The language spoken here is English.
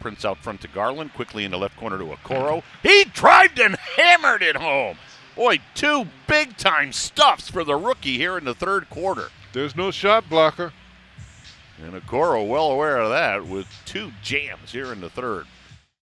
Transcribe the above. Prince out front to Garland, quickly in the left corner to Okoro. He drived and hammered it home. Boy, two big time stuffs for the rookie here in the third quarter. There's no shot blocker. And Okoro, well aware of that, with two jams here in the third.